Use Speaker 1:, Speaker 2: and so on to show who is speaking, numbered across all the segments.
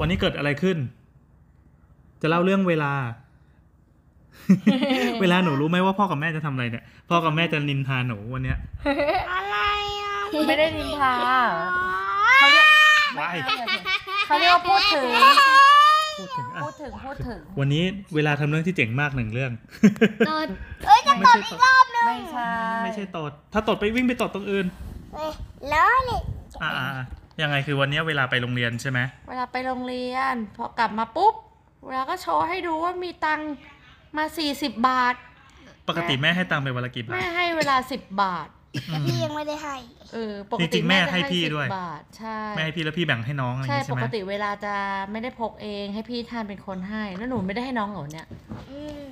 Speaker 1: วันนี้เกิดอะไรขึ้น จะเล่าเรื่องเวลา เวลาหนูรู้ไหมว่าพ่อกับแม่จะทำอะไรเนี่ย พ่อกับแม่จะนินทาหนูวันเนี้ย
Speaker 2: อะไรอ่ะ
Speaker 3: ไม่ได้นินทา
Speaker 2: เขาเรียก
Speaker 1: ว้าย
Speaker 3: เขาเรียกว่าพูดถึง
Speaker 1: พูดถึงอ่ะ
Speaker 3: พูดถึง พูดถึง
Speaker 1: วันนี้เวลาทำเรื่องที่เจ๋งมากหนึ่งเรื่อง
Speaker 2: ตดเอ้ยจะตดอีกรอบนึง
Speaker 3: ไม่ใช่
Speaker 1: ไม่ใช่ตด ถ้าตดไปวิ่งไปตดตรงอื่น
Speaker 2: เอ้ยแล้วนี่
Speaker 1: อ่ายังไงคือวันนี้เวลาไปโรงเรียนใช่ไหม
Speaker 3: เวลาไปโรงเรียน พอกลับมาปุ๊บ เราก็โชว์ให้ดูว่ามีตังค์มา 40 บาท
Speaker 1: ปกติแม่ให้ตังค์ไปวันละกี่บาท
Speaker 3: แม่ให้เวลา 10 บาท
Speaker 1: อืม
Speaker 2: พี่ยังไม่ได้ให้
Speaker 3: เออ ปก
Speaker 1: จริ
Speaker 3: ติ
Speaker 1: งๆแม่ให้พี่
Speaker 3: จะ10
Speaker 1: ด้วย
Speaker 3: บาท ใช่
Speaker 1: แม่ให้พี่แล้วพี่แบ่งให้น้องอะไรอ
Speaker 3: ใช่
Speaker 1: ย่างงี้ใช่
Speaker 3: ป
Speaker 1: ไห
Speaker 3: ก
Speaker 1: ม
Speaker 3: ติเวลาจะไม่ได้พกเอง ให้พี่ทานเป็นคนให้ แล้วหนูไม่ได้ให้น้องเหรอเนี่ย
Speaker 2: อืม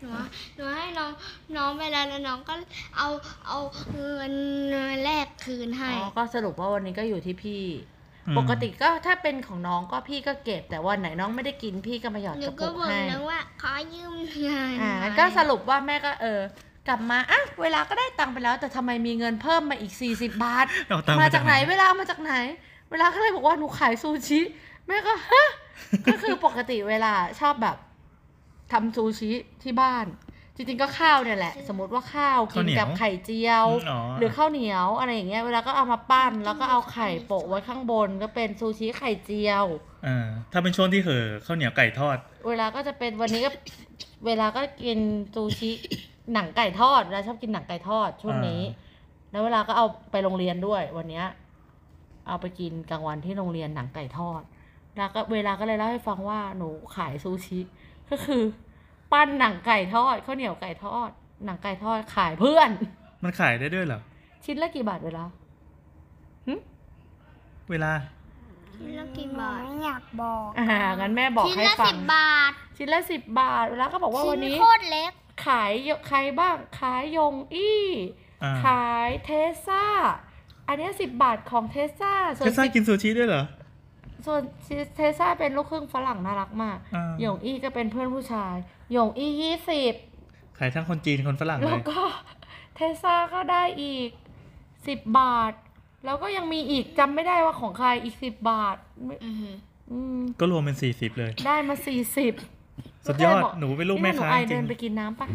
Speaker 2: หนูหนูให้น้องน้องไปแล้วแล้วน้องก็เอาเอาเงินแลกคืนให้
Speaker 3: อ๋อ ก็สรุปว่าวันนี้ก็อยู่ที่พี่
Speaker 1: อืม
Speaker 3: ปกติก็ถ้าเป็นของน้องก็พี่ก็เก็บ แต่วันไหนน้องไม่ได้กินพี่ก็มาหยอด
Speaker 2: หนู
Speaker 3: กระ
Speaker 2: ก็
Speaker 3: ปุก
Speaker 2: บอก
Speaker 3: ให้
Speaker 2: น้องว่าขอยืมเงิน
Speaker 3: อ่า
Speaker 2: หน่
Speaker 3: งั้
Speaker 2: ย
Speaker 3: นก็สรุปว่าแม่ก็เออ กลับมาอ่ะเวลาก็ได้ตังค์ไปแล้ว แต่ทำไมมีเงินเพิ่มมาอีก 40 บาท
Speaker 1: เอตังค์
Speaker 3: มาจากไหนเวลามาจากไหน เวลาก็เลยบอกว่าหนูขายซูชิ แม่ก็ฮะ ก็คือปกติเวลาชอบแบบทำซูชิที่บ้าน จริงๆก็ข้าวเนี่ยแหละ สมมติว่าข้าวกินกับไข่เจียว
Speaker 1: มอ๋อ
Speaker 3: หรือข้าวเหนียวอะไรอย่างเงี้ยเวลาก็เอามาปั้น แล้วก็เอาไข่โปะไว้ข้างบนก็เป็นซูชิไข่เจียว
Speaker 1: เออถ้าเป็นช่วงที่เห่อข้าวเหนียวไก่ทอด
Speaker 3: เวลาก็จะเป็นวันนี้ก็ เวลาก็กินซูชิ หนังไก่ทอดเวลาชอบกินหนังไก่ทอดช่วงนี้
Speaker 1: อ่
Speaker 3: แล้วเวลาก็เอาไปโรงเรียนด้วย วันเนี้ยเอาไปกินกลางวันที่โรงเรียนหนังไก่ทอด แล้วก็เวลาก็เลยเล่าให้ฟังว่าหนูขายซูชิ ก็คือ ปั้นหนังไก่ทอดข้าวเหนียวไก่ทอด หนังไก่ทอดขายเพื่อน
Speaker 1: มันขายได้ด้วยเหรอ
Speaker 3: ชิ้นละกี่บาทเวลา
Speaker 1: เวลา
Speaker 2: แล้วกี่บาทอยากบอก
Speaker 3: อ่างั้นแม่บอก
Speaker 2: ชิ้น
Speaker 3: ให้
Speaker 2: ละ
Speaker 3: ฟั
Speaker 2: สิ
Speaker 3: ง
Speaker 2: บบาท
Speaker 3: ชิ้นละสิบบาท เวลาก็บอกว่าวันนี้
Speaker 2: ชิ้โคตรเล็ก
Speaker 3: ขายเยอะใครบ้าง ขายยงอี้
Speaker 1: อ่า
Speaker 3: ขายเทสซาอันเนี้สิบบาทของเทสซาส่ว
Speaker 1: เทส
Speaker 3: น
Speaker 1: ซ่า
Speaker 3: สิบ
Speaker 1: กินซูชิด้วยเหรอ
Speaker 3: ส่วนเทสซาเป็นลูกครึ่งฝรั่งน่ารักมาก
Speaker 1: อ่า
Speaker 3: หยงอี้ก็เป็นเพื่อนผู้ชาย หยงอี้ยี่สิบ
Speaker 1: ขายทั้งคนจีนคนฝรั่งเล
Speaker 3: แล้ว
Speaker 1: ย
Speaker 3: ก็เทสซาก็ได้อีกสิบบาท แล้วก็ยังมีอีกจำไม่ได้ว่าของใครอีกสิบบาทไม่อืม
Speaker 1: ก็รวมเป็นสี่สิบเลย
Speaker 3: ได้มาสี่สิบ
Speaker 1: สุดยอด หนูเป็นลูกแม่
Speaker 3: หนู
Speaker 1: ค้า
Speaker 3: ไอ
Speaker 1: จริ
Speaker 3: เดิ
Speaker 1: ง
Speaker 3: นไปกินน้ำปะ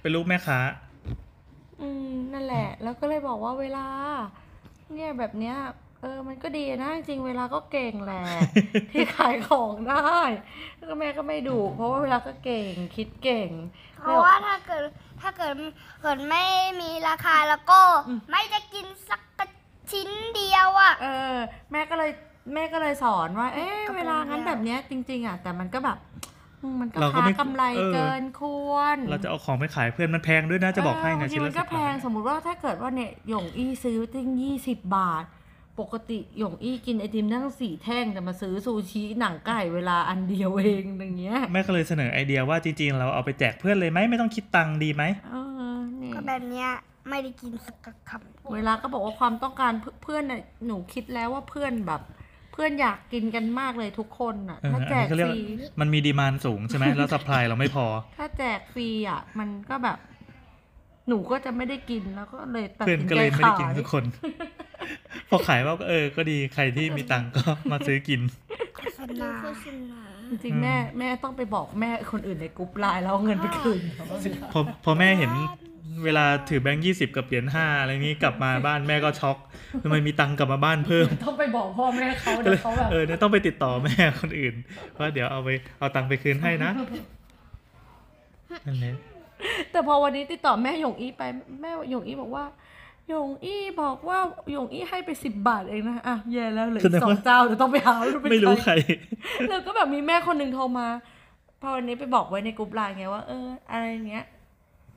Speaker 1: เป็นลูกแม่ค้า
Speaker 3: อืมนั่นแหละ แล้วก็เลยบอกว่าเวลา เนี่ยแบบเนี้ย เออ มันก็ดีนะจริงๆเวลาก็เก่งแหละ ที่ขายของได้แล้วก็แม่ก็ไม่ดุเพราะว่าเวลาก็เก่งคิดเก่ง
Speaker 2: เพราะว่าถ้าเกิดถ้าเกิดเกิดไม่มีราคาแล้วก็
Speaker 3: อืม
Speaker 2: ไม่จะกินสักชิ้นเดียวอ่ะ
Speaker 3: เออ แม่ก็เลยแม่ก็เลยสอนว่า เอ๊ะ
Speaker 2: ก็เป็น
Speaker 3: เวลางั้น
Speaker 2: เรื่อง
Speaker 3: แบบเนี้ยจริง ๆอ่ะแต่มันก็แบบอืมมันก็
Speaker 1: เราก็
Speaker 3: ค้า
Speaker 1: ไม่
Speaker 3: กำไร
Speaker 1: เออ
Speaker 3: เกินควร
Speaker 1: เราจะเอาของไปขายเพื่อนมันแพงด้วยนะจะบอกให้
Speaker 3: เบา
Speaker 1: นะ
Speaker 3: งที
Speaker 1: ชิ้น
Speaker 3: มั
Speaker 1: ละ
Speaker 3: น
Speaker 1: สิ
Speaker 3: ก็
Speaker 1: บ
Speaker 3: แพง
Speaker 1: บาท
Speaker 3: สมมุติว่าถ้าเกิดว่าเนี่ยหยงอี้ซื้อตั้งยี่สิบบาท ปกติหยงอี้กินไอติมทั้งสี่แท่งแต่มาซื้อซูชิหนังไก่เวลาอันเดียวเองอย่างเงี้ย
Speaker 1: แม่ก็เลยเสนอไอเดียว่าจริงๆ เราเอาไปแจกเพื่อนเลยไหมไม่ต้องคิดตังค์ดีไหม
Speaker 3: เออเนี่ย
Speaker 2: ก็แบบเนี้ยไม่ได้กินสักคำ
Speaker 3: เวลาก็บอกว่าความต้องการเพื่อนเพื่อนน่ะหนูคิดแล้วว่าเพื่อนแบบ เพื่อนอยากกินกันมากเลยทุกคนอ่ะ
Speaker 1: เออ
Speaker 3: ถ้าแจก
Speaker 1: อันนี้เขาเรียก
Speaker 3: ฟรี
Speaker 1: มันมีดีมานสูงใช่ไหมแล้วสัพพลายเราไม่พอ
Speaker 3: ถ้าแจกฟรีอ่ะ มันก็แบบ หนูก็จะไม่ได้กินแล้วก็เลยตัด
Speaker 1: เพื่อน
Speaker 3: สิน
Speaker 1: ก็
Speaker 3: ใจ
Speaker 1: เลยไม่ได้
Speaker 3: ขาย
Speaker 1: กินทุกคน พอขายว่าเออ ก็ดีใครที่มีตังค์ก็มาซื้อกิน
Speaker 2: โฆษณา
Speaker 3: จริงๆแม่แม่ต้องไปบอกแม่คนอื่นในกลุ่มไลน์แล้วเอาเงินไปคืน
Speaker 1: พ
Speaker 3: เขา
Speaker 1: อพอแม่เห็นเวลาถือแบงค์ยี่สิบกับเหรียญห้าอะไรนี้กลับมาบ้านแม่ก็ช็อกทำไมมีตังค์กลับมาบ้านเพิ่ม
Speaker 3: ต้องไปบอกพ่อแม่เขา
Speaker 1: ก็
Speaker 3: เดี๋
Speaker 1: เลย
Speaker 3: วย เขาแบบ
Speaker 1: เออเนี่ยต้องไปติดต่อแม่คนอื่นว่าเดี๋ยวเอาไปเอาตังค์ไปคืนให้นะนั่นแหละ
Speaker 3: แต่พอวันนี้ติดต่อแม่หยงอี้ไปแม่หยงอี้บอกว่าหยงอี้บอกว่าหยงอี้ให้ไปสิบบาทเองนะอ่ะแย่แล้วเหลืออีกสองเจ้าเดี๋ยวต้องไปหาว่าเป็น
Speaker 1: ไม่รู้ใคร
Speaker 3: แล้วก็แบบมีแม่คนหนึ่งโทรมาพอวันนี้ไปบอกไว้ในกลุ่มไลน์ไงว่าเอออะไรอย่างเงี้ย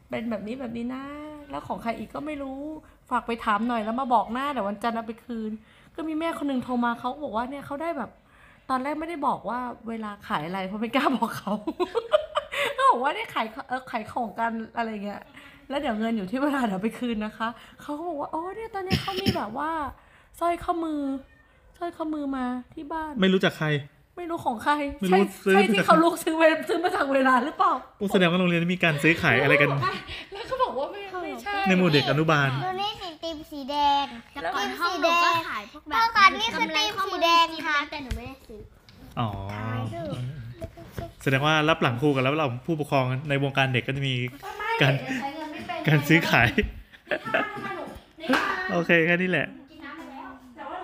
Speaker 3: เป็นแบบนี้แบบนี้นะแล้วของใครอีกก็ไม่รู้ฝากไปถามหน่อยแล้วมาบอกหน้าเดี๋ยววันจันทร์เอาไปคืน ก็มีแม่คนหนึ่งโทรมาเขาบอกว่าเนี่ยเขาได้แบบ ตอนแรกไม่ได้บอกว่าเวลาขายอะไรเพราะไม่กล้าบอกเขา เขาบอกว่าเนี่ยขายเออขายของกันอะไรเงี้ย แล้วเดี๋ยวเงินอยู่ที่เวลาเดี๋ยวไปคืนนะคะเขาก็บอกว่าโอ้เนี่ยตอนนี้เขามีแบบว่าสร้อยข้อมือสร้อยข้อมือมาที่บ้าน
Speaker 1: ไม่รู้จักใคร
Speaker 3: ไม่รู้ของใคร
Speaker 1: ไม่รู้
Speaker 3: ใช่
Speaker 1: ซื้อ
Speaker 3: ใช่
Speaker 1: มาจาก
Speaker 3: ที่เขาลูกซื้อเวลซื้อมาจากเวลาหรือเปล่า
Speaker 1: กูแสดงว่าโรงเรียนนี้มีการซื้อขายอะไรกัน
Speaker 3: แล้วก็บอกว่าไม่ไม่ใช่
Speaker 1: ในหมู่เด็กอนุบาล
Speaker 2: ดูนี่สีติมสีแดง
Speaker 4: แต่ก่อนห้องหนูก็ขายพวกแบบ
Speaker 2: เมื่อก่อนนี่คือติมสีแดงค่ะ ครับแต่หนูไม่ได้ซื้อ
Speaker 1: อ๋อ
Speaker 2: ขายเถอะ
Speaker 1: แสดงว่ารับหลังครูกับรับหลังผู้ปกครองในวงการเด็กก็จะมี
Speaker 4: ไม่
Speaker 1: การ
Speaker 4: เดี๋ยวใช้เงินไม่เป็น
Speaker 1: การซื้อขาย
Speaker 4: ในค่าขนมในค่า
Speaker 1: โอเคแค่นี้แหละ